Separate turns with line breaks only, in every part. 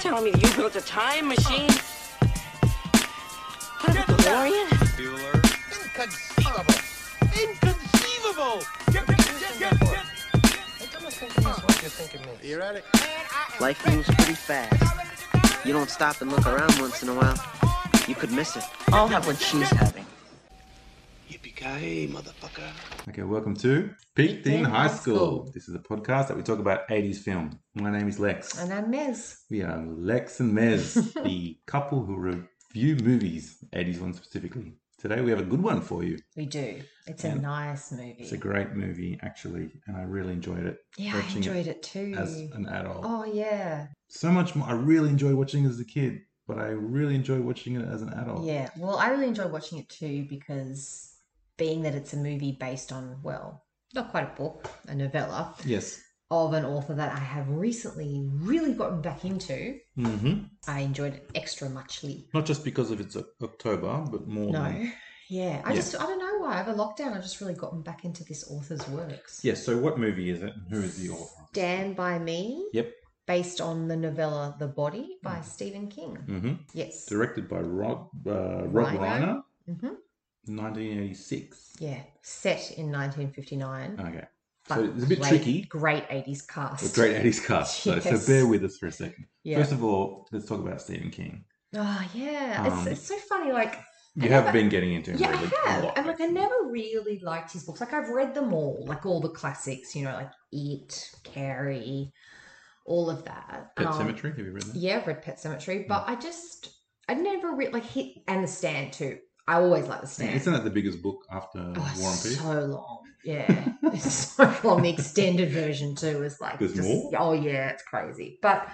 telling me that you built a time machine? What, a DeLorean?
Inconceivable! Inconceivable! Get, get, get, get, get. You ready?
Life moves pretty fast. You don't stop and look around once in a while. You could miss it. I'll have what she's having.
Yippee-ki-yay, motherfucker.
Okay, welcome to Peaked in High School. This is a podcast that we talk about 80s film. My name is Lex.
And I'm Mez.
We are Lex and Mez, the couple who review movies, 80s ones specifically. Today we have a good one for you.
We do. It's
Yeah.
a nice movie.
It's a great movie, actually, and I really enjoyed it
yeah, I
watching it
enjoyed it, too.
as an adult.
Oh yeah,
So much more. I really enjoy watching it as a kid, but I really enjoy watching it as an adult.
yeah. Well, I really enjoy watching it too because being that it's a movie based on well, not quite a book, a novella
Yes.
of an author that I have recently really gotten back into.
hmm
I enjoyed it extra muchly.
Not just because of it's O- October, but more.
No.
than-
Yeah, I
Yeah.
just I don't know why over lockdown I just really gotten back into this author's works.
Yes. So what movie is it? and Who is the author?
Stand by Me.
Yep. Mm.
Based on the novella The Body by Stephen King.
hmm
Yes.
Directed by Rod uh, Rob
Reiner.
Reiner,
hmm
1986.
Yeah, set in 1959.
Okay.
but
Uh, so it's a bit
great-
tricky.
Great 80s cast.
But great 80s cast. So, so
Yes.
bear with us for a second.
Yeah.
First of all, let's talk about Stephen King.
oh yeah,
Um,
it's, it's so funny. Like
You
I
have
never-
been getting into him.
yeah,
lately
I
a
have,
lot,
and like I
actually.
never really liked his books. Like I've read them all, like all the classics. You know, like It, Carrie, all of that.
Pet
Um,
Cemetery, Mm. have you read that?
Yeah, I've read Pet Cemetery, but I just I never read like hit and The Stand too. I always like The Stand.
Isn't that the biggest book after
Oh,
War and Peace? Mm,
so long. Yeah. it's so long. The extended version too is like
There's more?
oh yeah, it's crazy. But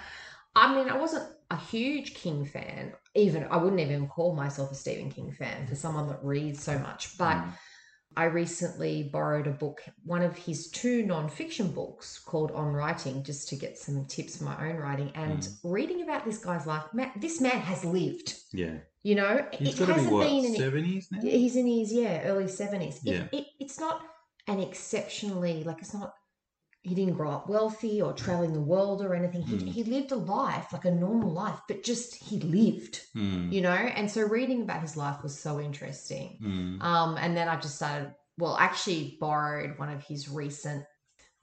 I mean I wasn't a huge King fan. Even I wouldn't even call myself a Stephen King fan for someone that reads so much. But
Mm.
I recently borrowed a book, one of his two nonfiction books called On Writing, just to get some tips for my own writing and
Mm.
reading about this guy's life. Man, this man has lived.
Yeah.
You know,
He's got to be what,
an-
70s now?
He's in his yeah early seventies.
Yeah.
It, it, it's not an exceptionally like it's not. He didn't grow up wealthy or traveling the world or anything. He
Mm.
he lived a life like a normal life, but just he lived,
Mm.
you know. And so reading about his life was so interesting.
Mm.
Um, and then I just started. Well, actually, borrowed one of his recent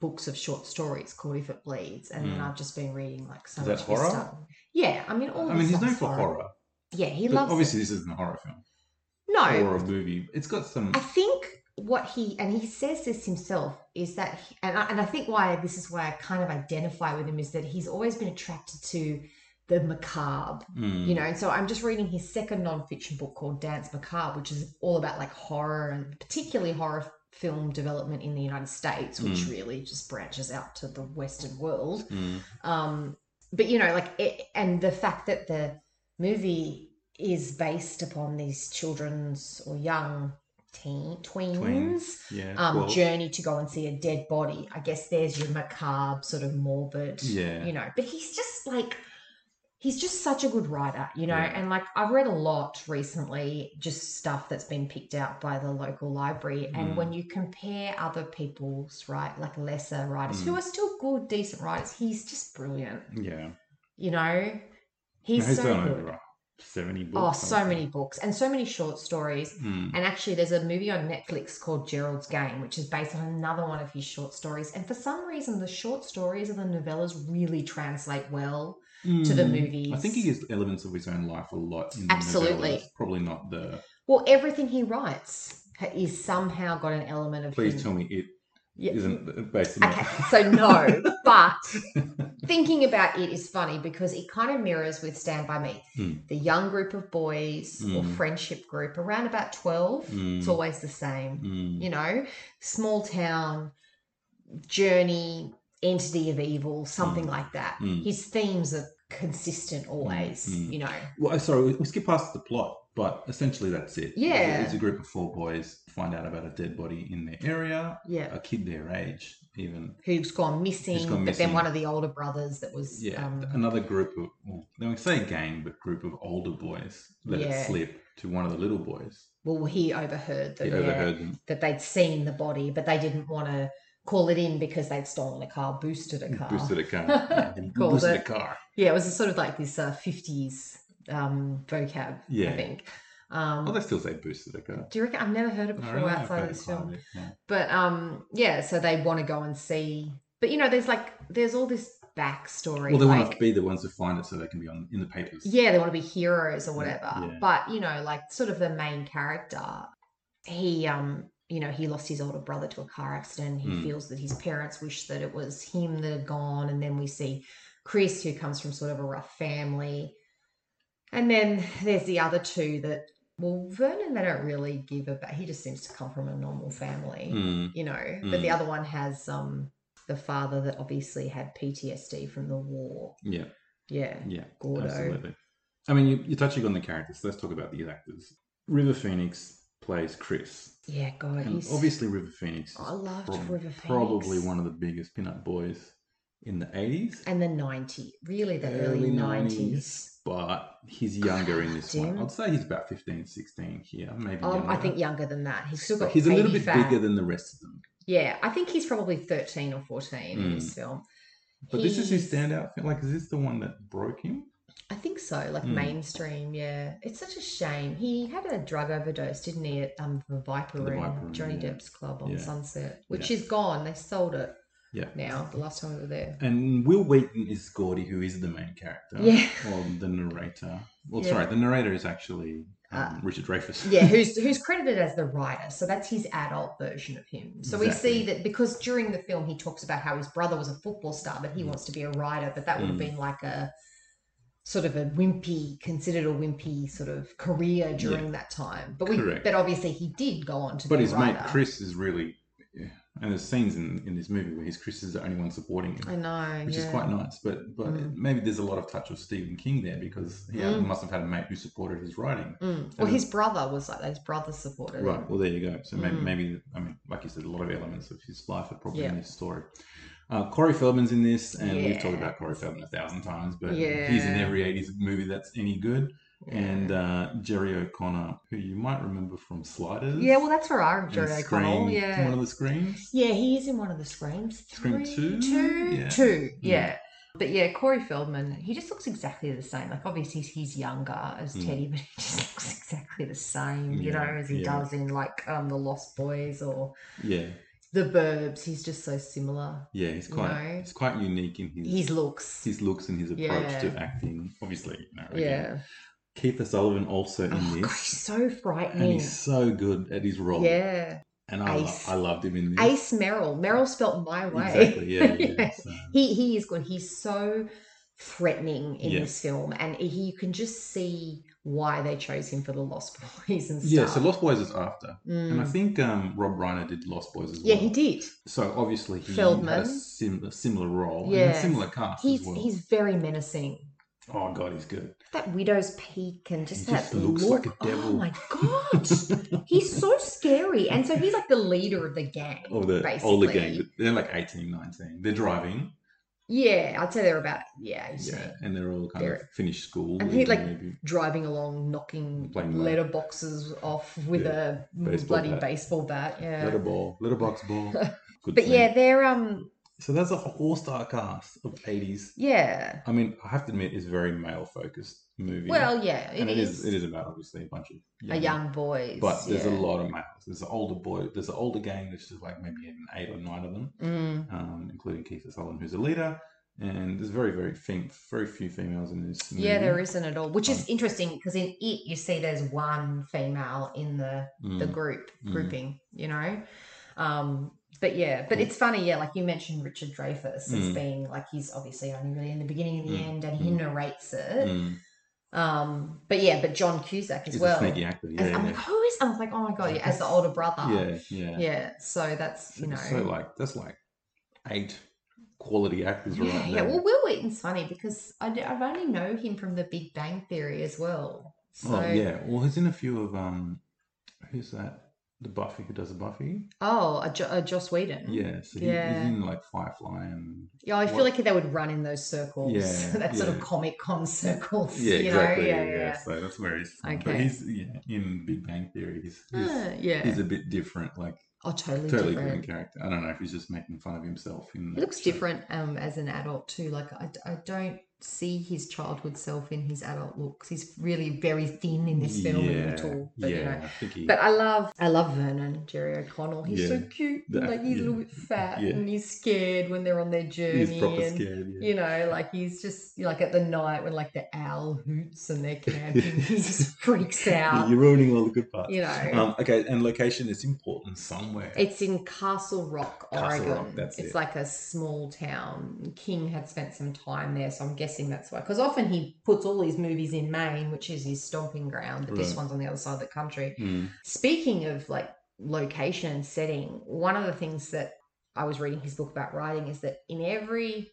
books of short stories called "If It Bleeds," and then
Mm.
I've just been reading like so much
Is that
of his
horror?
stuff. Yeah, I mean, all.
I
his
mean, he's
stuff
known
is
for horror.
Yeah, he
but
loves. it.
obviously, this isn't a horror film
no,
or a movie. It's got some.
I think what he and he says this himself is that he- and I, and I think why this is why I kind of identify with him is that he's always been attracted to the macabre,
Mm.
you know. And so I'm just reading his second nonfiction book called Dance Macabre, which is all about like horror and particularly horror f- film development in the United States, which
Mm.
really just branches out to the Western world
Mm.
um but you know like it, and the fact that the movie is based upon these children's or young teen tweens,
Tweens, Yeah.
um
well,
journey to go and see a dead body i guess there's your macabre sort of morbid
Yeah.
you know but he's just like he's just such a good writer you know
Yeah.
and like i've read a lot recently just stuff that's been picked out by the local library and
Mm.
when you compare other people's right like lesser writers who
Mm.
are still good decent writers he's just brilliant
yeah.
you know he's,
No,
so
done
good
over 70 books.
oh
I
so
would
many
think.
books and so many short stories
Mm.
and actually there's a movie on netflix called gerald's game which is based on another one of his short stories and for some reason the short stories and the novellas really translate well to the
Mm.
movies
I think he gives elements of his own life a lot. In the
Absolutely.
novellas. Probably not the.
well everything he writes ha- is somehow got an element of
Please
him.
tell me it
Yeah.
not based on.
Okay,
that.
so no, but thinking about it is funny because it kind of mirrors with Stand By Me.
Mm.
The young group of boys or
Mm.
friendship group around about 12, it's
Mm.
always the same,
Mm.
you know, small town, journey, entity of evil, something
Mm.
like that.
Mm.
His themes are consistent always,
Mm.
you know.
Well, sorry, we- we skip past the plot, but essentially that's it. It's a-
Yeah.
It's a group of four boys find out about a dead body in their area,
Yeah.
a kid their age, even.
Who's gone missing,
gone
but then
missing.
one of the older brothers that was
Yeah.
um,
another group of, well, now we say gang, but group of older boys let
Yeah.
it slip to one of the little boys.
well he overheard
He
them. yeah.
overheard them.
that they'd seen the body, but they didn't want to call it in because they'd stolen a car, boosted a car.
Boosted a car.
Called
Boosted a
it.
car.
Yeah, it was a sort of like this uh, 50s um, vocab,
Yeah.
I think.
Well,
Um,
they still say boosted a car.
do you reckon? I've never heard it
I
before
really have
outside
heard
of
it
this
quite a
film.
bit, yeah.
But um, yeah, so they want to go and see. But you know, there's like, there's all this backstory.
Well, they
like,
want to be the ones who find it so they can be on in the papers.
yeah, they want to be heroes or whatever.
yeah.
But you know, like sort of the main character, he um, you know, he lost his older brother to a car accident. He
Mm.
feels that his parents wish that it was him that had gone, and then we see Chris, who comes from sort of a rough family, and then there's the other two that well, Vernon, they don't really give a. ba- He just seems to come from a normal family
Mm,
you know. But the
Mm.
other one has um the father that obviously had PTSD from the war.
yeah,
Yeah.
yeah,
Gordo.
absolutely. I mean, you, you're touching on the characters. Let's talk about the actors. River Phoenix plays Chris.
Yeah, God,
And
he's
obviously, River Phoenix is
I loved
prob-
River
probably
Phoenix.
one of the biggest pin-up boys in the 80s.
and the 90, really the early 90s.
But he's younger in this one.
Goddamn.
I'd say he's about 15, 16 here, maybe
Um, I
younger.
think younger than that. He's still
But
got
he's a little
baby
bit
fat.
bigger than the rest of them.
Yeah, I think he's probably 13 or 14 in
Mm.
this film.
But this is
He's-
his standout film. Like, is this the one that broke him?
I think so, like
Mm.
mainstream, yeah. It's such a shame. He had a drug overdose, didn't he, at um, the Viper
The
Room,
Viper Room,
Johnny
yeah.
Depp's club on
Yeah.
Sunset, which
Yeah.
is gone. They sold it
Yeah.
now, the last time we were there.
And Will Wheaton is Gordy, who is the main character.
Yeah.
Or the narrator. Well,
Yeah.
sorry, the narrator is actually um,
Uh,
Richard Dreyfuss.
Yeah, who's who's credited as the writer. So that's his adult version of him. So we see that because during the film he talks about how his brother was a football star, but he wants to be a writer, but that would have
Mm.
been like a sort of a wimpy, considered a wimpy sort of career during that time. But we
Correct.
but obviously he did go on to
But
be a
his
writer.
mate Chris is really. yeah. And there's scenes in, in this movie where his Chris is the only one supporting him.
I know.
which
yeah.
is quite nice. But but
Mm.
maybe there's a lot of touch of Stephen King there because he had-
Mm.
must have had a mate who supported his writing.
Mm. Well
And-
his brother was like that, his brother supported
Right.
him.
Well, there you go. So maybe,
Mm.
maybe I mean, like you said, a lot of elements of his life are probably in
Yeah.
this story. Uh, Corey Feldman's in this, and we've talked
Yeah.
about Corey Feldman a thousand times, but he's in
Yeah.
every '80s movie that's any good. And uh, Jerry O'Connor, who you might remember from Sliders.
yeah, well that's where I
and
Jerry
Scream,
O'Connell. Yeah.
One of the screams.
Yeah, he is in one of the Screams.
Scream
Three-
two?
two?
Yeah.
Two,
Yeah.
yeah. But yeah, Corey Feldman, he just looks exactly the same. Like, obviously, he's younger as
Mm.
Teddy, but he just looks exactly the same, you
Yeah,
know, as he
yeah.
does in like um, The Lost Boys or
Yeah,
The Burbs. He's just so similar.
yeah. He's quite
No.
he's quite unique in his
His looks.
his looks and his approach
Yeah.
to acting. Obviously, you know, again,
yeah.
Keith O'Sullivan also in
Oh, God, he's
this,
so
and
frightening.
he's so good at his role.
Yeah.
and I, lo-
Ace.
I loved him in this.
Ace Merrill. Merrill spelt my way.
Exactly. Yeah. yeah.
Yeah.
So,
He he is good. He's so threatening in
Yeah.
this film, and he, you can just see why they chose him for the Lost Boys and stuff.
yeah. So Lost Boys is after, and I
Mm.
think um, Rob Reiner did Lost Boys as well.
yeah, he did.
So obviously he had
Feldman.
a, sim- a similar role and a
Yes.
similar cast
He's
as well.
he's very menacing.
Oh god, he's good.
That widow's peak and just
He
that
just looks
look.
like a devil.
Oh my god, he's so scary, and so he's like the leader of the gang.
Or Oh, the
basically.
older gang, they're like 18, 19. They're driving,
Yeah, I'd say they're about yeah, he's
yeah, and they're all kind of
They're-
finished school.
And he,
or
like,
maybe-
driving along, knocking
Playing like-
letterboxes off with
Yeah,
a
baseball
bloody
bat.
baseball bat. Yeah,
little ball, little box ball. Good
but
thing.
yeah, they're um
So that's a all star cast of 80s.
Yeah.
I mean, I have to admit, it's a very male focused movie.
Well, yeah,
and it is. It is about obviously a bunch of
a young boys.
But there's
yeah.
a lot of males. There's an older boy. There's an older gang. There's just like maybe even eight or nine of them,
Mm.
um, including Keith Sullivan, who's a leader. And there's very, very fem- very few females in this. Movie.
Yeah, there isn't at all, which is
Um,
interesting because in it you see there's one female in the the
Mm.
group
Mm.
grouping, you know. Um, but yeah, but it's funny, yeah. Like you mentioned, Richard Dreyfuss as
Mm.
being like he's obviously only really in the beginning and the
Mm.
end, and he
Mm.
narrates it.
Mm.
Um, but yeah, but John Cusack as
He's
well.
a sneaky actor. Yeah,
As- I'm like,
yeah.
who is? I was like, oh my god, yeah, as the older brother.
yeah, yeah.
yeah. So that's
So,
you know,
so, like that's like eight quality actors
Yeah,
right
yeah.
there.
Well, Will Wheaton's funny because I, d- I've only know him from The Big Bang Theory as well. So,
oh yeah. Well, he's in a few of um, who's that? The Buffy who does the Buffy.
oh, a, jo- a Joss Whedon.
Yeah, so he,
Yeah.
he's in like Firefly and
Yeah, I feel
What-
like they would run in those circles,
Yeah,
that sort of
yeah.
comic con circles.
yeah,
you
exactly,
Know?
yeah, yeah, So that's where he's from. But
Okay.
he's yeah in Big Bang Theory. He's he's,
Ah, yeah.
he's a bit different. Like
Oh, totally, different.
Totally different character. I don't know if he's just making fun of himself. In
He
the
looks
show.
different um, as an adult too. Like I, I don't see his childhood self in his adult looks. He's really very thin in this film and little. But,
yeah,
you know.
I think he.
but I love I love Vernon Jerry O'Connell. He's so
Yeah.
cute.
The-
like he's a
yeah.
little bit fat
Yeah.
and he's scared when they're on their journey.
he's proper
and,
scared. Yeah.
You know, like he's just like at the night when like the owl hoots and they're camping, he just freaks out.
You're ruining all the good parts.
You know.
Um, okay, and location is important somewhere.
It's in Castle Rock,
Castle
Oregon.
Rock, that's
it's
it.
like a small town. King had spent some time there, so I'm guessing that's why. Because often he puts all his movies in Maine, which is his stomping ground, but this
Right.
one's on the other side of the country.
Mm.
Speaking of like location and setting, one of the things that I was reading his book about writing is that in every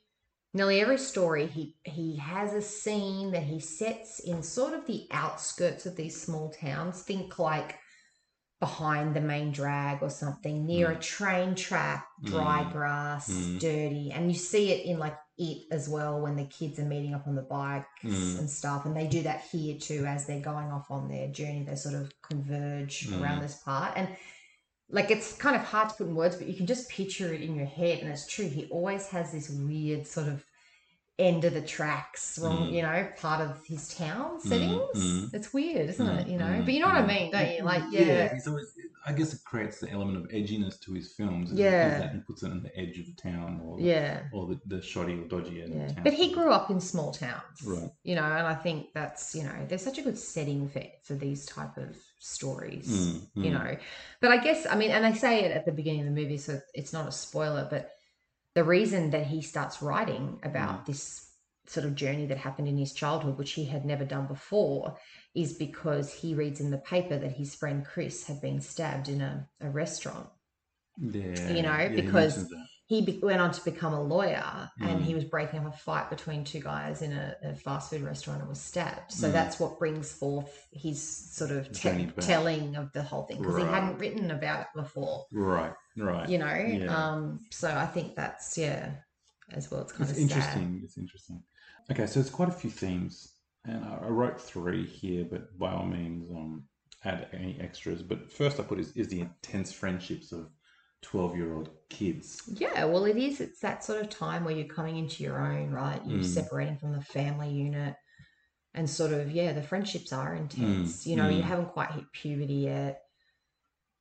nearly every story he he has a scene that he sets in sort of the outskirts of these small towns. Think like behind the main drag or something, near a train track, dry
Mm.
grass,
Mm.
dirty. And you see it in like it as well when the kids are meeting up on the bikes
Mm.
and stuff. And they do that here too as they're going off on their journey. They sort of converge around
Mm.
this part. And like it's kind of hard to put in words, but you can just picture it in your head. And it's true. He always has this weird sort of end of the tracks, wrong,
Mm.
you know, part of his town settings.
mm.
It's weird, isn't
Mm,
it? You know,
mm,
but you know what I
mm.
mean, don't you? Like, yeah.
he's always. I guess it creates the element of edginess to his films. and
Yeah.
that he puts it on the edge of town, or
Yeah.
or the, the shoddy or dodgy end
Yeah.
of town.
But he grew up in small towns.
Right.
You know, and I think that's, you know, there's such a good setting for for these type of stories.
Mm,
You
mm.
know. But I guess I mean, and they say it at the beginning of the movie, so it's not a spoiler, but the reason that he starts writing about
Mm.
this sort of journey that happened in his childhood, which he had never done before, is because he reads in the paper that his friend Chris had been stabbed in a, a restaurant
Yeah,
you know,
yeah, he
because-
mentions that.
he be- went on to become a lawyer and
Mm.
he was breaking up a fight between two guys in a, a fast food restaurant and was stabbed. So
Mm.
that's what brings forth his sort of te-
Journey back.
telling of the whole thing because he
Right.
hadn't written about it before,
right, right.
you know.
Yeah.
Um, so I think that's yeah, as well. It's kind
it's
of
interesting. It's interesting. Okay, so it's quite a few themes, and I, I wrote three here, but by all means, um, add any extras. But first, I put is, is the intense friendships of twelve-year-old kids.
Sad. Yeah, well, it is. It's that sort of time where you're coming into your own, right? You're
Mm.
separating from the family unit. And sort of, yeah, the friendships are intense. You know, you
mm.
haven't quite hit puberty yet.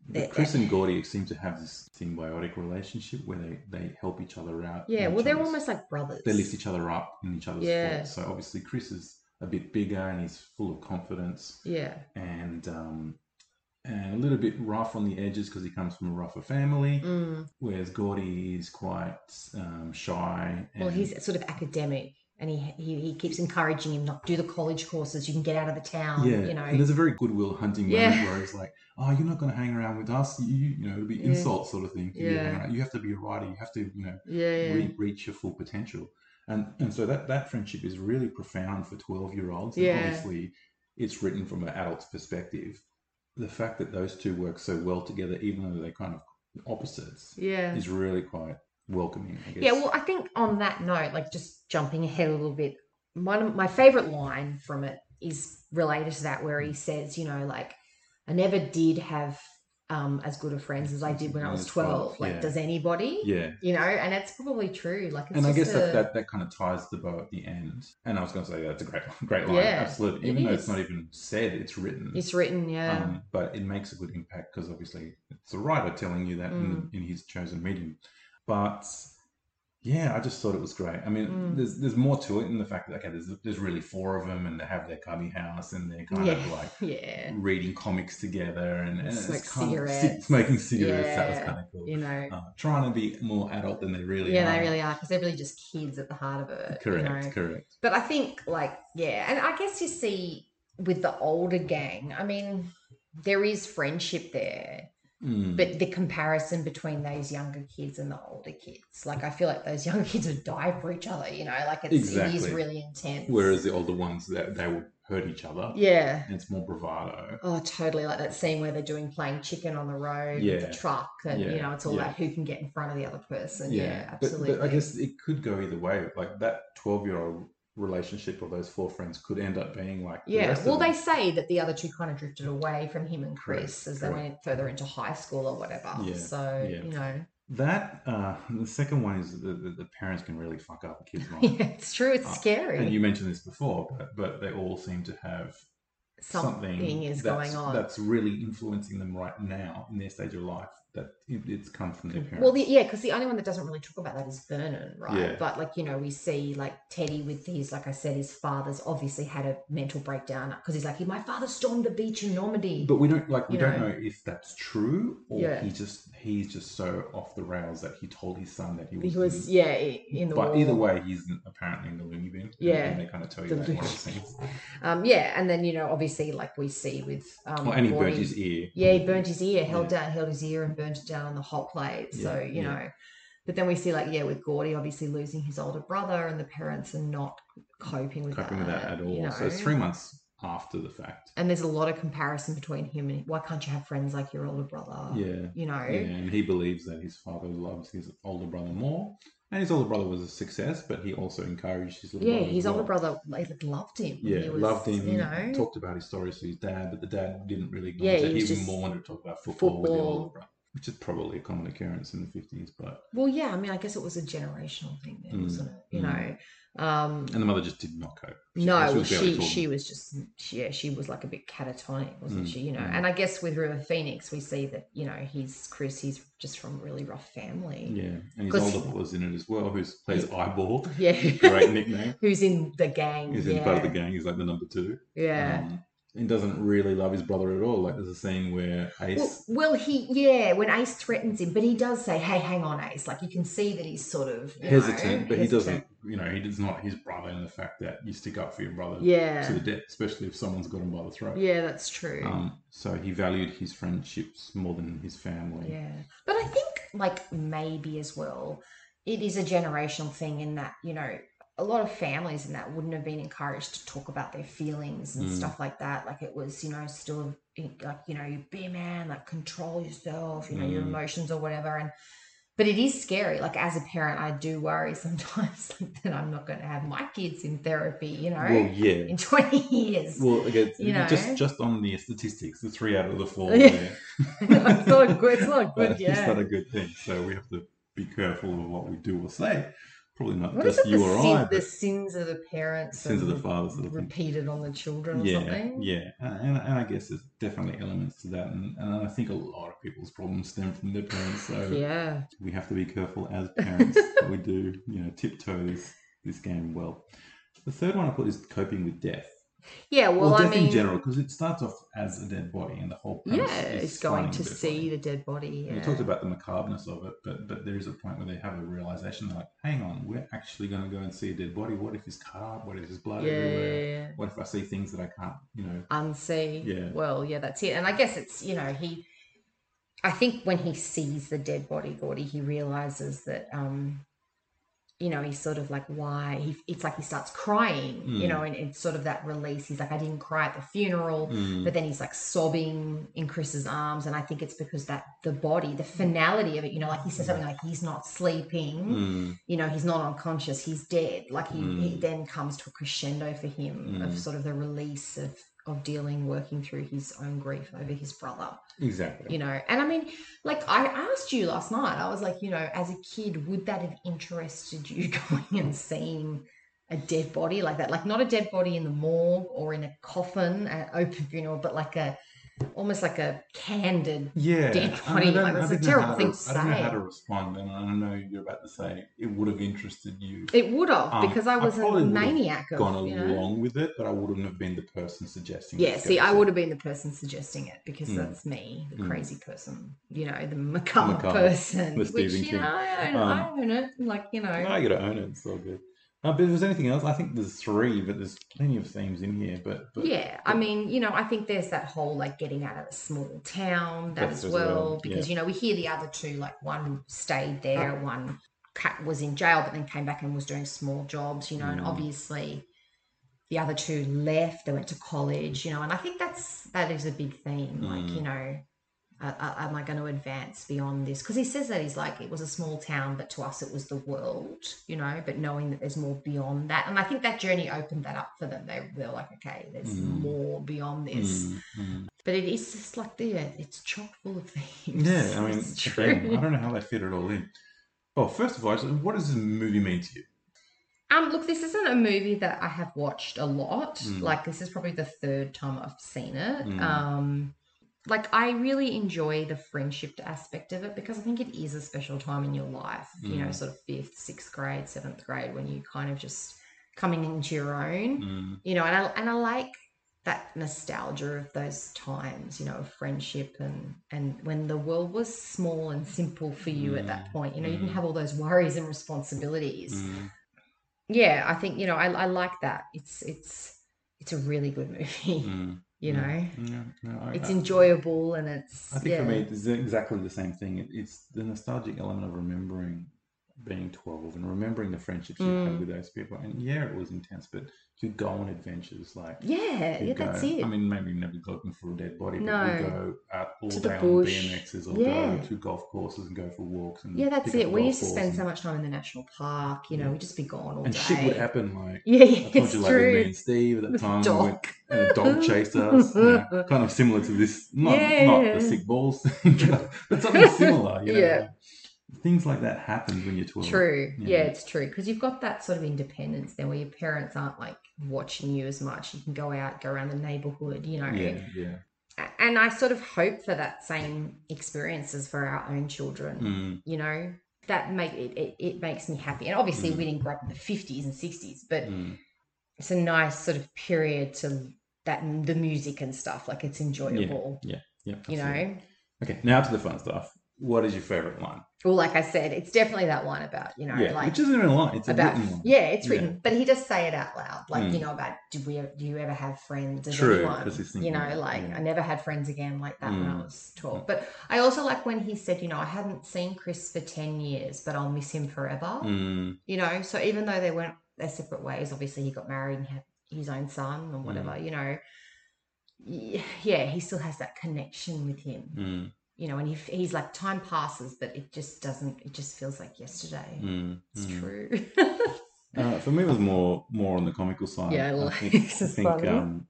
But
That-
Chris and Gordy seem to have this symbiotic relationship where they, they help each other out.
Yeah,
in
well,
each
they're
other's-
almost like brothers.
they lift each other up in each other's
Yeah.
faults. So obviously, Chris is a bit bigger and he's full of confidence.
Yeah,
and um, and a little bit rough on the edges because he comes from a rougher family.
Mm.
Whereas Gordy is quite um, shy. And,
Well, he's sort of academic, and he, he he keeps encouraging him not do the college courses. You can get out of the town.
yeah.
you
And
know.
there's a very goodwill hunting
Yeah.
moment where he's like, "Oh, you're not going to hang around with us. You, you you know, it'll be
Yeah.
insult sort of thing. if you hang
Yeah.
around. You have to be a writer. You have to, you know,
Yeah,
re- reach your full potential." And and so that that friendship is really profound for twelve year olds.
Yeah.
Obviously, it's written from an adult's perspective. The fact that those two work so well together, even though they're kind of opposites,
yeah.
is really quite welcoming. I guess.
Yeah, well, I think on that note, like just jumping ahead a little bit, one of my favorite line from it is related to that, where he says, you know, like, I never did have um, as good of friends as I did when I was 12. Like,
Yeah.
does anybody?
yeah,
You know, and it's probably true. Like, it's
and I
just
guess
a-
that, that that kind of ties the bow at the end. And I was going to say that's a great great line,
Yeah,
absolutely.
it
Even though
is.
it's not even said, it's written.
it's written, yeah.
um, but it makes a good impact because obviously it's a writer telling you that in,
Mm.
in his chosen medium. But yeah, I just thought it was great. I mean,
Mm.
there's there's more to it in the fact that okay, there's there's really four of them, and they have their cubby house, and they're kind of
Yeah.
like
yeah.
reading comics together, and, and it's
Smoke
kind Of,
cigarettes.
smoking cigarettes. That was
Yeah.
kind of cool.
You know,
uh, trying to be more adult than they really
yeah,
are.
they really are because they're really just kids at the heart of it. you
Correct,
know.
correct.
But I think, like, yeah, and I guess you see with the older gang, I mean, there is friendship there,
Mm.
but the comparison between those younger kids and the older kids, like, I feel like those younger kids would die for each other, you know, like, it's, it is
Exactly.
really intense.
Whereas the older ones, they, they will hurt each other.
yeah.
And it's more bravado.
Oh, totally. Like that scene where they're doing playing chicken on the road with
Yeah.
the truck, and you
Yeah.
know, it's all
Yeah.
about who can get in front of the other person. Yeah,
But-
absolutely.
But, I guess it could go either way. Like that 12 year old relationship of those four friends could end up being like. the
Yeah.
rest of
Well, they
them.
say that the other two kind of drifted away from him and
Correct,
Chris as they
correct.
went further into high school or whatever.
Yeah,
So,
yeah.
you know,
That uh, the second one is the, the, the parents can really fuck up a kid's life.
yeah, it's true. It's
Uh,
scary.
And you mentioned this before, but, but they all seem to have
something, is
that's,
going on.
that's really influencing them right now in their stage of life. That it, it's come from their parents.
Well, the, yeah, because the only one that doesn't really talk about that is Vernon, right?
Yeah.
But like you know, we see like Teddy with his, like I said, his father's obviously had a mental breakdown because he's like, my father stormed the beach in Normandy.
but we don't like we
you
don't
know.
know if that's true or
Yeah.
he just he's just so off the rails that he told his son that he was.
he was yeah i- in the
but
war.
either way, he's in- apparently in the loony bin. and-
Yeah.
and they kind of tell you
The
that in one of
loony
the scenes.
Um, yeah, and then you know, obviously, like we see with um,
Well, and he burnt
Bonnie-
his ear.
Yeah, he burned his ear, held
Yeah.
down, held his ear, and burnt it down on the hot plate. so
Yeah,
you
yeah.
know, but then we see like yeah, with Gordy obviously losing his older brother, and the parents are not coping with
coping
that,
with that at all.
you
So it's
know.
three months after the fact.
and there's a lot of comparison between him and why can't you have friends like your older brother?
Yeah.
You know,
Yeah, and he believes that his father loves his older brother more. And his older brother was a success, but he also encouraged his little
yeah,
brother. as
his older
well.
brother like loved him.
Yeah,
he was,
loved him.
You know,
Talked about his stories to his dad, but the dad didn't really
Yeah,
acknowledge
he
it. He
was
even
just-
more wanted to talk about football, with the
football.
older brother, which is probably a common occurrence in the 50s. But
well, yeah. I mean, I guess it was a generational thing, then,
Mm,
wasn't it? You
mm.
know, um,
And the mother just did not cope.
no, well,
barely
she
talking.
she was just she- yeah, she was like a bit catatonic, wasn't
Mm,
she? You know,
mm.
and I guess with River Phoenix, we see that you know he's Chris. He's just from a really rough family.
Yeah, and his
'Cause-
older brother's in it as well, who plays Eyeball.
Yeah,
Great nickname.
Who's in the gang?
He's
yeah.
in part of the gang. He's like the number two.
Yeah.
Um, and doesn't really love his brother at all. Like there's a scene where Ace.
Well, well, he yeah. When Ace threatens him, but he does say, "Hey, hang on, Ace." Like you can see that he's sort of you know,
hesitant, but he
hesitant.
doesn't. You know, he does not his brother in the fact that you stick up for your brother
Yeah,
Uh, to the death, especially if someone's got him by the throat.
yeah, that's true.
Um, so he valued his friendships more than his family.
yeah, but I think like maybe as well, it is a generational thing in that you know a lot of families in that wouldn't have been encouraged to talk about their feelings and
Mm.
stuff like that. Like it was you know still like you know you be a man, like control yourself, you know your
Mm.
emotions or whatever, and. But it is scary. Like as a parent, I do worry sometimes like, that I'm not going to have my kids in therapy, you know,
Well, yeah.
in 20 years.
Well, again,
You know.
just just on the statistics, the three out of the four.
Yeah.
there,
it's not a good. It's not a
but
good. Yeah.
Uh, it's not a good thing. So we have to be careful of what we do or say. Probably not
What is
just
it?
you
the,
or
sin-
I, but
the sins of the parents,
sins of
and
the fathers. Sort of thing.
repeated on the children, um, or
yeah,
something.
Yeah, and, and- and I guess there's definitely elements to that, and, and I think a lot of people's problems stem from their parents. So
yeah.
we have to be careful as parents that we do, you know, tiptoe this this game well. The third one I put is coping with death,
Yeah,
or
Well,
death
I mean,
in general, because it starts off as a dead body, and the whole premise
yeah,
is
it's going
finding
to
the dead
see
body.
the dead body.
And
Yeah.
We talked about the macabreness of it, but but there is a point where they have a realization, like, hang on, we're actually going to go and see a dead body. What if it's carved? What if there's blood
yeah,
everywhere?
yeah, yeah.
What if I see things that I can't, you know?
Um, unsee.
Yeah.
Well, Oh, yeah, that's it. And I guess it's you know he, I think when he sees the dead body, Gordy, he realizes that um, you know, he's sort of like why he, it's like he starts crying, you
Mm.
know, and it's sort of that release. He's like, I didn't cry at the funeral.
Mm.
But then he's like sobbing in Chris's arms, and I think it's because that the body, the finality of it, you know, like he says something like he's not sleeping,
Mm.
you know, he's not unconscious, he's dead. Like he, he
Mm.
then comes to a crescendo for him of
Mm.
sort of the release of of dealing, working through his own grief over his brother,
Exactly.
you know. And I mean, like I asked you last night, I was like, you know, as a kid, would that have interested you going and seeing a dead body like that? Like not a dead body in the morgue or in a coffin at open funeral, but like a almost like a candid
yeah.
dead
and I
body,
don't-
like,
I
that's a
don't know how
terrible thing to
I don't know
say.
how to respond, and I know you're about to say it would have interested you.
it would have
Um,
because I
I
was a
probably would have
maniac of
Gone
you know?
along with it, but I wouldn't have been the person suggesting.
Yeah,
let's go
see, I
to
would have been the person suggesting it because
Mm.
that's me, the
Mm.
crazy person, you know, the macabre,
Macabre.
person.
The
which,
Stephen
you
King. Um,
know, I own, I own it. Like, you know,
No, you got to own it. It's all good. Uh, but if there's anything else, I think there's three, but there's plenty of themes in here. But, but
yeah. I mean, you know, I think there's that whole like getting out of the small town, that
Yes,
as
as
well,
well,
because, you know, we hear the other two, like one stayed
Ah.
there, one cut, was in jail, but then came back and was doing small jobs, you know, and
Mm.
obviously the other two left, they went to college, you know, and I think that's, that is a big theme. Like,
Mm.
you know, Uh, uh, am I going to advance beyond this? Because he says that he's like, it was a small town, but to us it was the world, you know, but knowing that there's more beyond that. And I think that journey opened that up for them. They were like, okay, there's
Mm.
more beyond this.
Mm, mm.
But it is just like, yeah, it's chock full of things.
Yeah, I mean,
It's
again, I don't know how they fit it all in. Well, first of all, just- what does this movie mean to you?
Um, look, this isn't a movie that I have watched a lot.
Mm.
Like, this is probably the third time I've seen it.
Mm.
Um, like, I really enjoy the friendship aspect of it because I think it is a special time in your life, you know,
Mm.
sort of fifth, sixth grade, seventh grade, when you kind of just coming into your own,
Mm,
you know, and I, and I like that nostalgia of those times, you know, of friendship and, and when the world was small and simple for you at that point, you know, you didn't
Mm.
have all those worries and responsibilities
mm.
yeah, I think you know I, I like that. It's it's it's a really good movie.
Mm,
You
mm.
know,
Yeah, no, I-
it's
I-
enjoyable and it's
I think
yeah.
for me, it's exactly the same thing. It, it's the nostalgic element of remembering being 12 and remembering the friendships you
Mm.
had with those people. And yeah, it was intense, but you go on adventures like.
yeah,
you
yeah, that's
go-
it.
I mean, maybe never go looking for a dead body, but
No.
we go out all
To the
day on
bush.
BMXs or
Yeah.
go to golf courses and go for walks. And
yeah, that's
pick up
it. We
golf
used to
balls
spend so
and-
much time in the national park. You know,
Yeah.
we'd just be gone all
And
day.
shit would happen. Like,
Yeah,
I
yeah,
told
it's
you, like, with me
true.
and Steve at the
With
time, we went
Doc.
and a dog chased us. you know, kind of similar to this, not not
Yeah.
the sick balls, thing, but, but something similar. You know?
Yeah.
things like that happen when you're 12.
True.
Yeah.
Yeah. it's true because you've got that sort of independence then, where your parents aren't like watching you as much. You can go out, go around the neighborhood. You know,
Yeah, yeah.
A- and I sort of hope for that same experiences for our own children.
Mm,
you know that make it, it it makes me happy and obviously
Mm.
we didn't grow up in the 50s and 60s but
mm,
it's a nice sort of period to that the music and stuff like it's enjoyable
yeah.
you
absolutely.
know
Okay, now to the fun stuff. What is your favorite line?
well like i said it's definitely that one about you know
yeah,
like
which isn't even a line, it's a
about
written one.
yeah it's
Yeah.
written but he does say it out loud like
Mm.
you know about do we do you ever have friends Does
True,
anyone-
'cause he's
you
thinking
know
about it,
like
yeah.
i never had friends again like that when i
Mm.
was 12 but i also like when he said you know i hadn't seen chris for 10 years but i'll miss him forever
Mm,
you know so even though they went their separate ways obviously he got married and had his own son
Mm.
and whatever you know y- yeah he still has that connection with him
mm,
you know and he, f- he's like time passes but it just doesn't it just feels like yesterday
mm,
it's
mm.
true
Uh, for me, it was more more on the comical side.
Yeah, I like- this is funny.
um,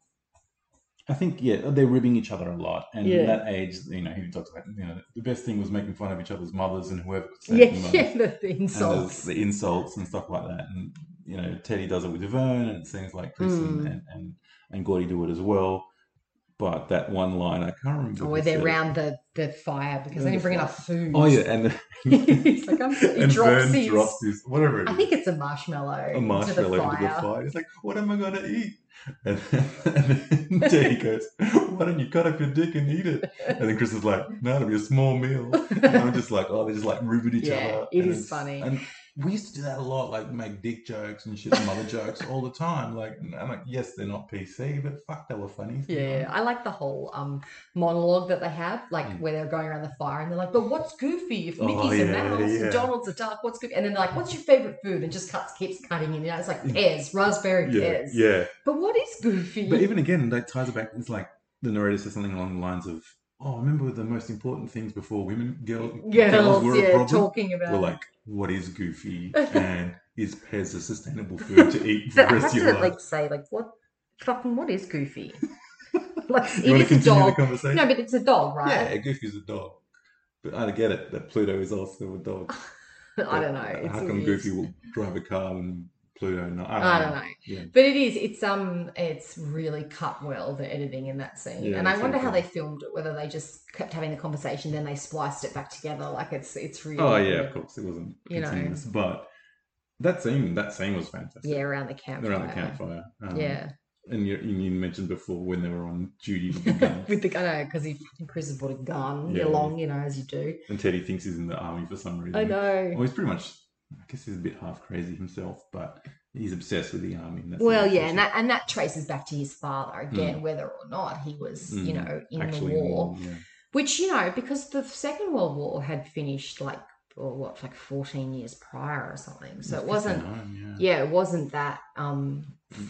I think yeah, they're ribbing each other a lot, and
Yeah.
at that age, you know, he talks about you know the best thing was making fun of each other's mothers and whoever could say it
yeah
the most.
yeah the, the
And there's
insults
the insults and stuff like that. And you know, Teddy does it with Yvonne, and it seems like Chris and,
Mm.
and and and Gordy do it as well. But that one line, I can't remember.
or
who
Oh, they're
said it.
round the, the fire because they
Round
didn't
the
bring enough food
Oh yeah, and
He's like, I'm- he
and
drops
Vern
his-
drops his whatever. It
i
is
think it's a marshmallow
a marshmallow
to the
into the
fire
fire. It's like, what am I gonna eat? And then, and then Teddy goes, "Why don't you cut up your dick and eat it?" And then Chris is like, "No, it'll be a small meal." And I'm just like, "Oh, they just like ribbing each
Yeah,
other."
it
and
is
it's-
funny.
And we used to do that a lot, like make dick jokes and shit, and other jokes all the time. Like, and I'm like, yes, they're not PC, but fuck, they were funny. you know?
Yeah, I like the whole um monologue that they have, like
Mm.
where they're going around the fire and they're like, "But what's Goofy? If Mickey's
Oh,
a
yeah,
mouse
yeah.
and Donald's a duck, what's Goofy?" And then they're like, "What's your favorite food?" And just cuts, keeps cutting in. You know, it's like pears, raspberry
Mm. yeah,
pears.
yeah.
But what is Goofy?
But even again, that ties it back. It's like the narrator says something along the lines of, "Oh, remember the most important things before women girl, girls
girls,
were a
yeah,
problem."
talking about.
We're like, what is Goofy and is Pez a sustainable food to eat for
so
the
I
rest
have
of
to
your life?
like say like what fucking what is Goofy? like
you
it
want to
is a
continue the
dog.
conversation?
No, but it's a dog,
yeah,
right?
Goofy's a dog. But I get it that Pluto is also a dog.
I don't know.
But uh,
It's
How come
weird.
Goofy will drive a car and Pluto not? I don't,
I don't know.
Yeah.
But it is. It's um. It's really cut well the editing in that scene,
Yeah,
and I
it's
wonder
really
how
good.
they filmed it. Whether they just kept having the conversation, then they spliced it back together. Like it's it's really.
Oh yeah, of
weird.
course it wasn't
You know.
continuous, but that scene, that scene was fantastic.
Yeah, around the campfire.
around the campfire. Um,
Yeah,
and you, and you mentioned before when they were on duty with the guns,
with the gun know because he Chris has brought a gun
Um, Yeah.
along, you know, as you do.
and Teddy thinks he's in the army for some reason.
I know.
Well, he's pretty much. I guess he's a bit half crazy himself, but he's obsessed with the army. And that's
well,
the
yeah, and
obsession.
that and that traces back to his father again, whether or not he was, you
Mm,
know, in
actually
the war.
yeah.
Which, you know, because the Second World War had finished like or what, like 14 years prior or something. So it
It's
wasn't,
59,
yeah, it wasn't that, um,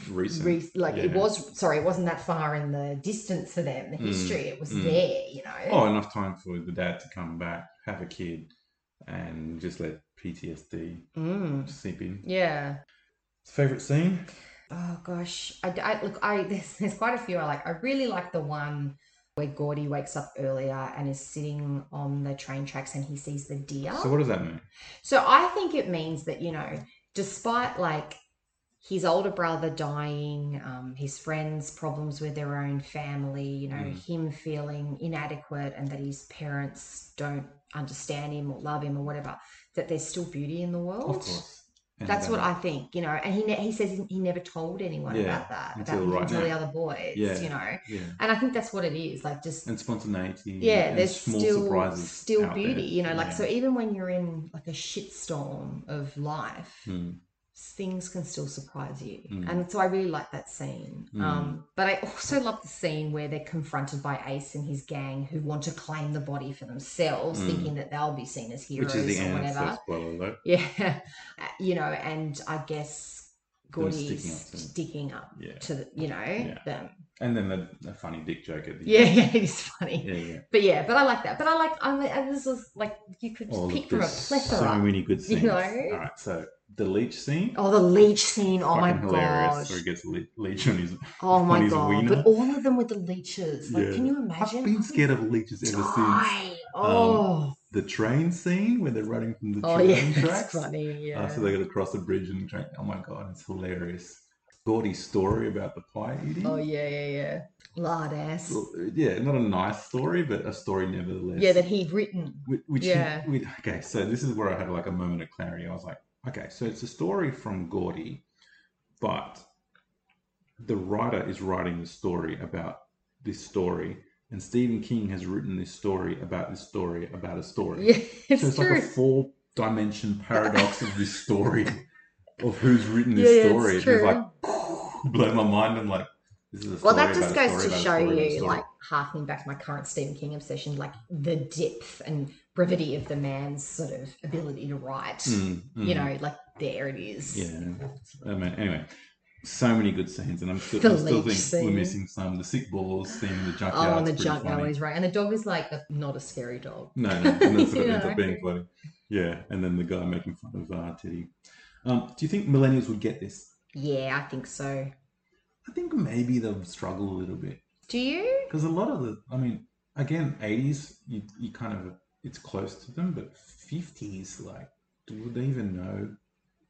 Recent.
re- like it
Yeah.
was, sorry, it wasn't that far in the distance for them, the
Mm,
history. It was
mm.
there, you know.
Oh, enough time for the dad to come back, have a kid, and just let PTSD
Mm,
seep in.
yeah.
Favorite scene?
Oh gosh, I, I- look. I there's, there's quite a few I like. I really like the one where Gordy wakes up earlier and is sitting on the train tracks and he sees the deer.
So what does that mean?
So I think it means that, you know, despite like his older brother dying, um, his friends' problems with their own family, you know,
Mm.
him feeling inadequate and that his parents don't understand him or love him or whatever, that there's still beauty in the world.
Of course. And
That's what
then-
I think, you know. And he ne- he says he- he never told anyone
Yeah,
about that,
until
about
right
until the
now.
other boys,
Yeah.
you know.
Yeah.
And I think that's what it is, like just
And spontaneity.
yeah,
and
there's
small
still
surprises
still
out there.
beauty, you know. Like
Yeah.
so, even when you're in like a shitstorm of life,
Hmm.
things can still surprise you,
Mm.
and so I really like that scene.
Mm.
Um, but I also love the scene where they're confronted by Ace and his gang who want to claim the body for themselves,
Mm.
thinking that they'll be seen as heroes
Which is the
or
end.
whatever.
So spoiler alert.
Yeah, Uh, you know, and I guess
Them
Gordy's
sticking up to-
sticking up
Yeah.
to the, you know
Yeah.
them.
And then the, the funny dick joke at the
Yeah,
end.
yeah, it is funny.
Yeah, yeah.
But yeah, but I like that. But I like I'm and this was like you could just
Oh,
pick
look,
from a
there's
plethora.
so many good
you
scenes.
know?
All right, so the leech scene.
Oh, the leech scene. Oh my
fucking hilarious.
gosh.
Where he gets le- leech on his.
Oh my
his
god.
wiener.
But all of them with the leeches. Like,
Yeah.
can you
I've
imagine?
been scared of leeches ever since. Um,
Die. Oh.
The train scene where they're running from the
oh
train
yeah. That's
tracks.
funny. Yeah.
Uh, so they got to cross the bridge and the train. Oh my god, it's hilarious. Gordy's story about the pie eating.
oh yeah, yeah, yeah. Lard ass.
Well, Yeah, not a nice story, but a story nevertheless.
Yeah, that he'd written.
Whi- Which he-
Yeah.
whi- okay, so this is where I had like a moment of clarity. I was like, okay, so it's a story from Gordy, but the writer is writing the story about this story, and Stephen King has written this story about this story about a story.
Yeah, it's,
so it's
true.
like a four dimension paradox of this story of who's written
Yeah, yeah,
this
it's
story. It was like blow my mind. I'm like, this is a story.
well, that just
about a
goes to
story about a
show
story about a
you,
story.
like, harking back to my current Stephen King obsession, like the depth and brevity of the man's sort of ability to write.
Mm, mm.
you know, like there it is.
Yeah. I mean, anyway, so many good scenes, and I'm still,
The
I still
leech
think
scene.
we're missing some. The sick balls scene in the junkyard.
Oh, and the
is pretty
junk
funny.
always right. And the dog is like a, not a scary dog.
No, no, and that's what
You
ends up
know.
being funny. Yeah, and then the guy making fun of uh, Teddy. Um, do you think millennials would get this?
Yeah, I think so.
I think maybe they'll struggle a little bit
Do you?
because a lot of the, I mean, again, 80s, you, you kind of it's close to them, but 50s, like, do would they even know?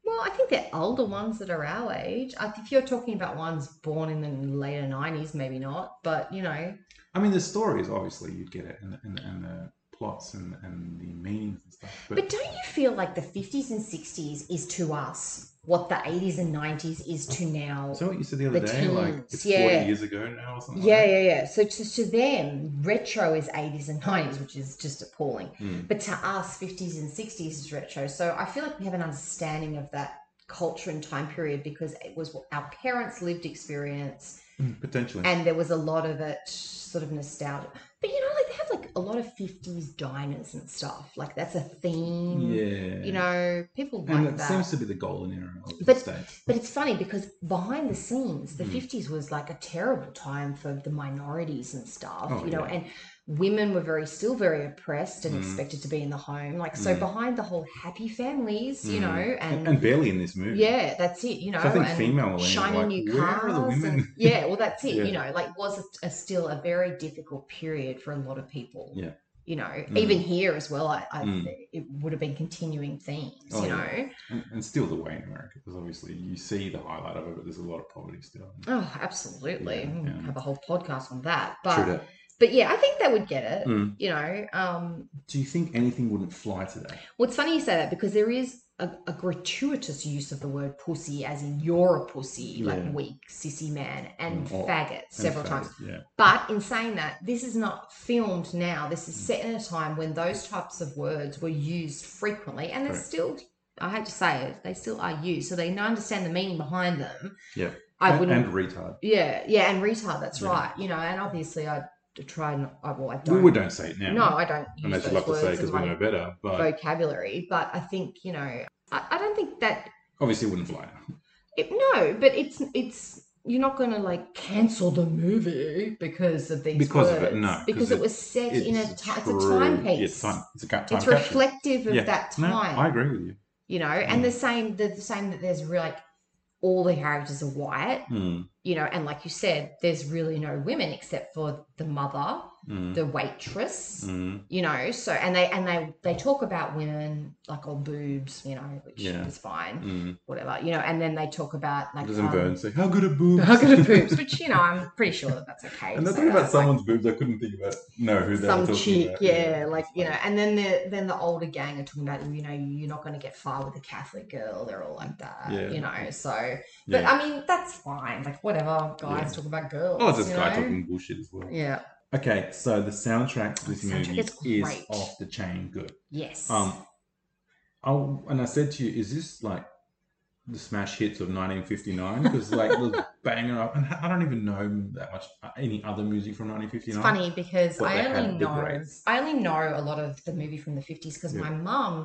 Well, I think they're older ones that are our age. I think if you're talking about ones born in the later nineties, maybe not. But you know,
I mean, the stories obviously you'd get it, and the, and the, and the plots and, and the meanings and stuff.
but don't you feel like the fifties and sixties is to us what the eighties and nineties is to now?
So what you said the other
The
day, like
teens,
it's
yeah.
40 years ago now or something.
Yeah, yeah, yeah. So to, to them, retro is 80s and 90s, which is just appalling.
Mm.
But to us, 50s and 60s is retro. So I feel like we have an understanding of that culture and time period because it was what our parents' lived experience
yeah. Hmm, Potentially.
and there was a lot of it sort of nostalgia. But you know, like they have like a lot of 50s diners and stuff. Like that's a theme.
yeah.
You know, people like
and it
that.
seems to be the golden era of the
But-
States.
But it's funny because behind the scenes, the
Mm.
50s was like a terrible time for the minorities and stuff,
Oh,
you know,
yeah.
and women were very still very oppressed and
Mm.
expected to be in the home. Like so
Mm.
behind the whole happy families, you
Mm.
know, and,
And, and barely in this movie.
yeah, that's it, you know,
I think
and
female millennials are
shiny
like,
new
"Where
cars.
are the women?"
and- yeah, well that's it, you
Yeah.
know, like was a, a still a very difficult period for a lot of people.
Yeah.
You know,
Mm.
even here as well, I, I
Mm.
it would have been continuing themes,
Oh,
you
yeah.
know.
And, and still the way in America, because obviously you see the highlight of it, but there's a lot of poverty still.
Oh, absolutely.
Yeah,
We
yeah.
Have a whole podcast on that.
True
But
that.
but yeah, I think they would get it.
Mm.
You know, um,
Do you think anything wouldn't fly today?
well, it's funny you say that because there is a, a gratuitous use of the word pussy, as in you're a pussy,
Yeah.
like weak, sissy man, and
Mm, or-
faggot
And
several
faggot,
times.
Yeah.
But in saying that, this is not filmed now. This
Mm.
is set in a time when those types of words were used frequently, and they're
Correct.
still, I hate to say it, they still are used. So they now understand the meaning behind them.
Yeah.
I
and,
wouldn't
and retard.
yeah, yeah, and retard, that's
Yeah.
right. You know, and obviously I to try and I, well, I
We,
don't.
we don't say it now.
No, I don't use
unless
those
you'd like to
words
say
in
because we
my
know better. But
vocabulary, but I think you know, I, I don't think that
obviously, it wouldn't fly.
it, no, but it's it's you're not going to like cancel the movie because of these
Because of it,
words,
no, 'cause
because it,
it-
was set in a
It's
ti- it's a
true.
time
Yeah,
piece.
it's time. It's a ca- time
it's
capsule.
reflective of
Yeah.
that
No,
time.
I agree with you.
You know, and
Mm.
the same the, the same that there's really like all the characters are white.
Mm,
You know, and like you said, there's really no women except for the mother,
mm,
the waitress,
mm.
you know so and they and they they talk about women like oh boobs you know which
Yeah.
is fine
Mm.
whatever you know and then they talk about like
Doesn't
um,
Vern say how good are boobs?
how good are boobs which you know i'm pretty sure that that's okay
And
to
they're
say
talking about
that, like,
someone's boobs. I couldn't think about no who they were
some
talking
chick
about.
yeah, like
it's
you know and then the then the older gang are talking about oh, you know you're not going to get far with a catholic girl they're all like that
Yeah.
you know so but
yeah.
i mean that's fine like whatever guys
Yeah.
talk about girls
Oh, it's this
you
guy
know?
talking bullshit as well.
yeah
Okay, so the soundtrack to this
The soundtrack
movie
is
is
great.
off the chain good.
yes
Um, I and I said to you, is this like the smash hits of 1959? Because like the banger up, and I don't even know that much uh, any other music from 1959.
It's funny because
What
I
they
only
had, the
know
greats.
I only know a lot of the movie from the fifties because
Yeah.
my mum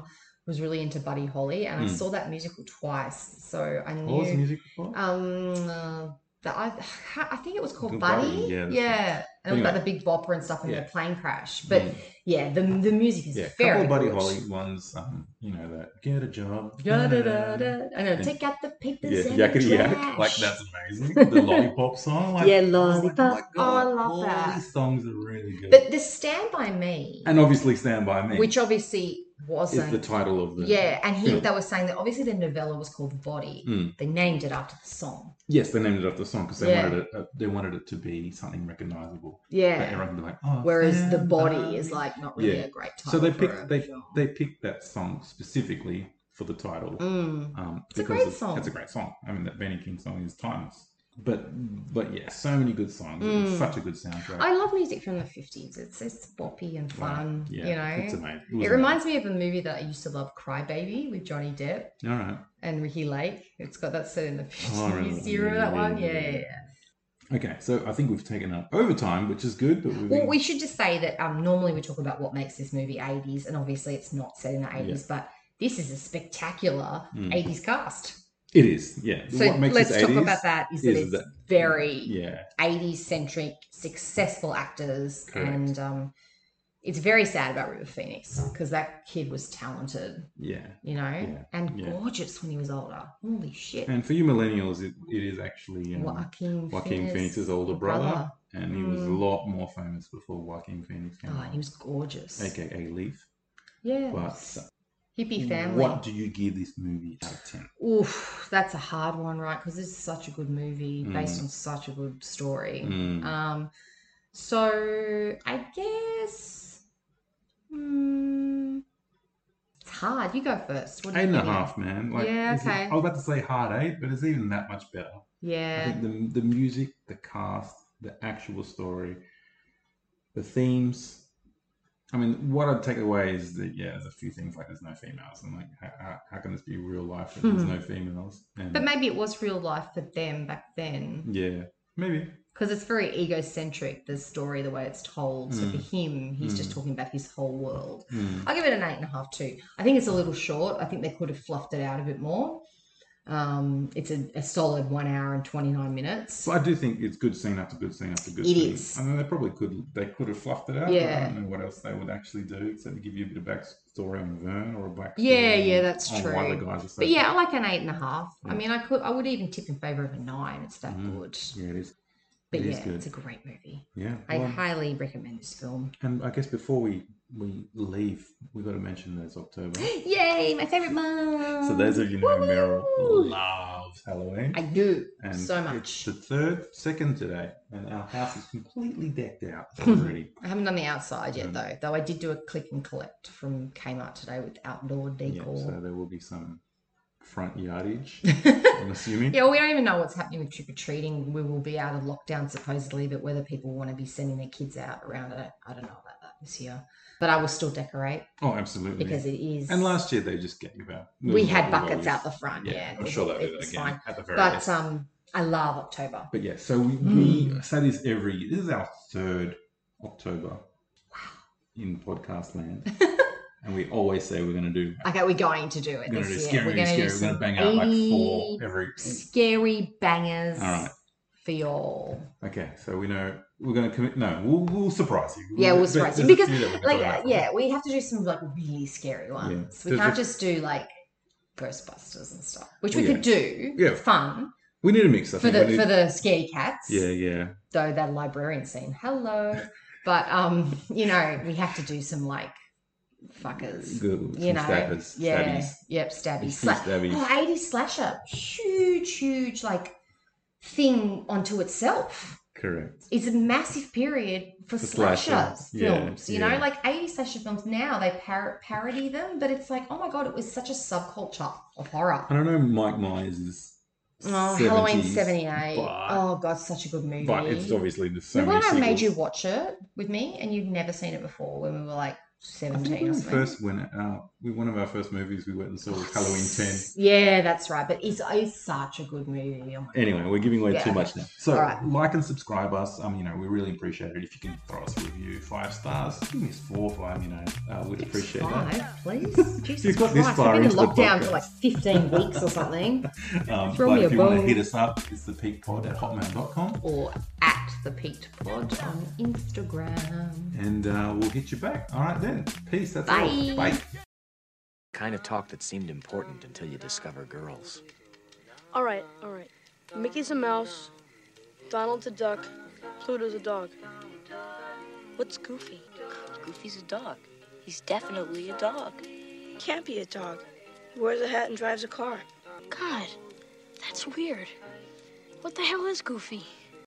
was really into Buddy Holly, and I
Mm.
saw that musical twice, so I
What was the
knew.
music before?
Um, uh, the, I I think it was called
Good
Buddy.
Buddy, yeah, that's
and it was about
Anyway.
the Big Bopper and stuff and
Yeah.
the plane crash. But
Mm.
yeah, the the music is
yeah, a
very
couple of Buddy
good.
Holly ones. Um, you know that get a job.
Da, da, da,
da-da-da.
da. I know.
And-
Take out the papers.
Yeah,
and
yakety
the
yak. Like
trash.
that's amazing. The lollipop song. Like,
Yeah,
I was like,
lollipop. Oh, I love
all
that.
These songs are really good.
But the Stand by Me,
and obviously, Stand by Me,
which obviously wasn't
is the title of the
Yeah, and he
film.
they were saying that obviously the novella was called Body.
Mm.
They named it after the song.
Yes, they named it after the song because they
Yeah.
wanted it. Uh, they wanted it to be something recognizable. That
Yeah.
everyone can be like, oh.
Whereas the
Stand By
body is
Me.
like not really
Yeah.
a great title.
So they
for
picked
a
they
film.
they picked that song specifically for the title.
Mm.
Um,
It's a
because
great
of-
song.
It's a great song. I mean, that Benny King song is timeless. But but yeah, so many good songs. and
Mm.
Such a good soundtrack.
I love music from the fifties. It's it's boppy and
Wow.
fun.
Yeah,
you
it's
know.
amazing.
It,
was
reminds me of a movie that I used to love, Cry Baby, with Johnny Depp
amazing. All right.
and Ricky Lake. It's got that set in the
Oh, I remember
fifties.
that
you remember that
movie,
one? Yeah,
yeah,
yeah,
yeah.
yeah.
Okay, so I think we've taken up overtime, which is good. But we've
Well, we should just say that um, normally we talk about what makes this movie 80s, and obviously it's not set in the 80s, but this is a spectacular
Mm.
80s cast.
it is yeah.
So
what makes
let's
this
talk
80s
about that is that
is
it's
that-
very
Yeah,
80s centric, successful actors,
Correct.
and um, it's very sad about River Phoenix because that kid was talented,
yeah.
you know,
Yeah,
and
yeah.
gorgeous when he was older. Holy shit.
And for you millennials, it, it is actually um,
Joaquin,
Joaquin
Phoenix,
Phoenix's older brother, and he was a
Mm.
lot more famous before Joaquin Phoenix came
Oh,
out,
he was gorgeous.
aka Leaf.
Yeah.
But
Hippie family.
what do you give this movie out of ten?
Oof, that's a hard one, right? Because it's such a good movie based
Mm.
on such a good story.
Mm.
Um, so I guess mm, it's hard. You go first. What do
Eight
you
and a
think it-
half, man. Like,
Yeah,
this is-
okay.
I was about to say hard eight, but it's even that much better. I
Yeah,
think the the music, the cast, the actual story, the themes. I mean, what I'd take away is that yeah, there's a few things like there's no females, and like how, how, how can this be real life if there's
Hmm.
no females? And
but maybe it was real life for them back then
yeah, maybe
because it's very egocentric. The story, the way it's told. So for him, he's just
Mm.
talking about his whole world.
Hmm.
I give it an eight and a half too. I think it's a little short. I think they could have fluffed it out a bit more. Um, it's a, a solid one hour and twenty nine minutes.
But I do think it's good scene after good scene after good
It
scene.
is.
I mean, they probably could they could have fluffed it out. But
Yeah.
I don't know what else they would actually do except to give you a bit of backstory on Vern or a backstory.
Yeah, yeah,
on-
that's
on Why the
true.
guys are so
But yeah, I like an eight and a half. I
Mm.
mean, I could, I would even tip in favor of a nine. It's that
Mm.
good.
yeah, it is.
But
it is
yeah,
good.
it's a great movie.
yeah,
I
well-
highly recommend this film.
And I guess before we we leave, we've got to mention there's October.
Yay, my favorite month.
so those of you who know Meryl
Woo!
loves Halloween.
I do
and
so
It's
much.
the third, second today, and our house is completely decked out already.
I haven't done the outside yet
Mm.
though. Though I did do a click and collect from Kmart today with outdoor
yeah,
decor.
so there will be some front yardage,
yeah,
I'm assuming.
well, we don't even know what's happening with trick or treating. We will be out of lockdown supposedly, but whether people want to be sending their kids out around it, I don't know about that this year. But I will still decorate
Oh, absolutely.
because it is.
and last year they just gave you out.
we
Well,
had
we've
buckets
always-
out the front. Yeah,
Yeah,
and
I'm
we
sure
thought
they'll
it
do that
was
again
fine.
at the very
But
least.
um, I love October. hmm.
But yeah, so we, we say this every year. This is our third October in podcast land. and we always say we're going to do
Okay, we're going to do it
We're gonna do
this year.
scary,
we're going to do
scary. We're
some
gonna bang out like four
80
every.
scary bangers
All right.
for y'all.
Okay, so we know we're gonna commit. No, we'll, we'll surprise you.
Yeah, we'll
but
surprise you
there's a
because,
few that we're gonna
Like,
talk
uh,
about.
yeah, we have to do some like really scary ones. We
There's
can't
a-
just do like Ghostbusters and stuff, which we
Well,
could do.
Yeah.
fun
we need a mix. I
for
think
the
we need-
for the scary cats.
yeah, yeah.
Though that librarian scene, hello, but um, you know, we have to do some like fuckers.
Good.
you
some
know,
stabbers,
yeah,
stabbies.
yep, stabby,
It's
sla-
huge stabbies.
Oh, 80 slasher, huge, huge like thing onto itself.
Correct.
It's a massive period for
For
slasher,
slasher, yeah,
films. you know,
yeah.
like 80 slasher films now they par- parody them, but it's like, oh my god, it was such a subculture of horror.
I don't know. Mike Myers is.
Oh, Halloween
70s,
78.
but-
oh god, such a good movie.
But it's obviously there's so
Remember
many.
when I made you
sequels.
watch it with me and you'd never seen it before when we were like
I think
17
when
or
we
something?
first went out. We one of our first movies we went and saw was Halloween Ten.
Yeah, that's right. But it's, it's such a good movie. Oh my
Anyway, we're giving away
Yeah.
too much now. So
All right.
like and subscribe us. Um, you know, we really appreciate it if you can throw us a review, five stars. Give me four, five. You know, uh, we'd appreciate that.
Five, please. Jesus
You've got this
Christ,
far
I've been in
into the
lockdown for
podcast.
like 15 weeks or something.
Um,
Throw
but
me
if
a
you want
bone.
to hit us up, it's the peakpod at hotmail.com
Or at the Peaked Pod on Instagram.
and uh, we'll hit you back. All right, then. Peace. That's
Bye.
all. Bye.
Kind of talk that seemed important until you discover girls.
All right, all right. Mickey's a mouse. Donald's a duck. Pluto's a dog.
What's Goofy? Goofy's a dog. He's definitely a dog.
Can't be a dog. He wears a hat and drives a car.
God, that's weird. What the hell is Goofy?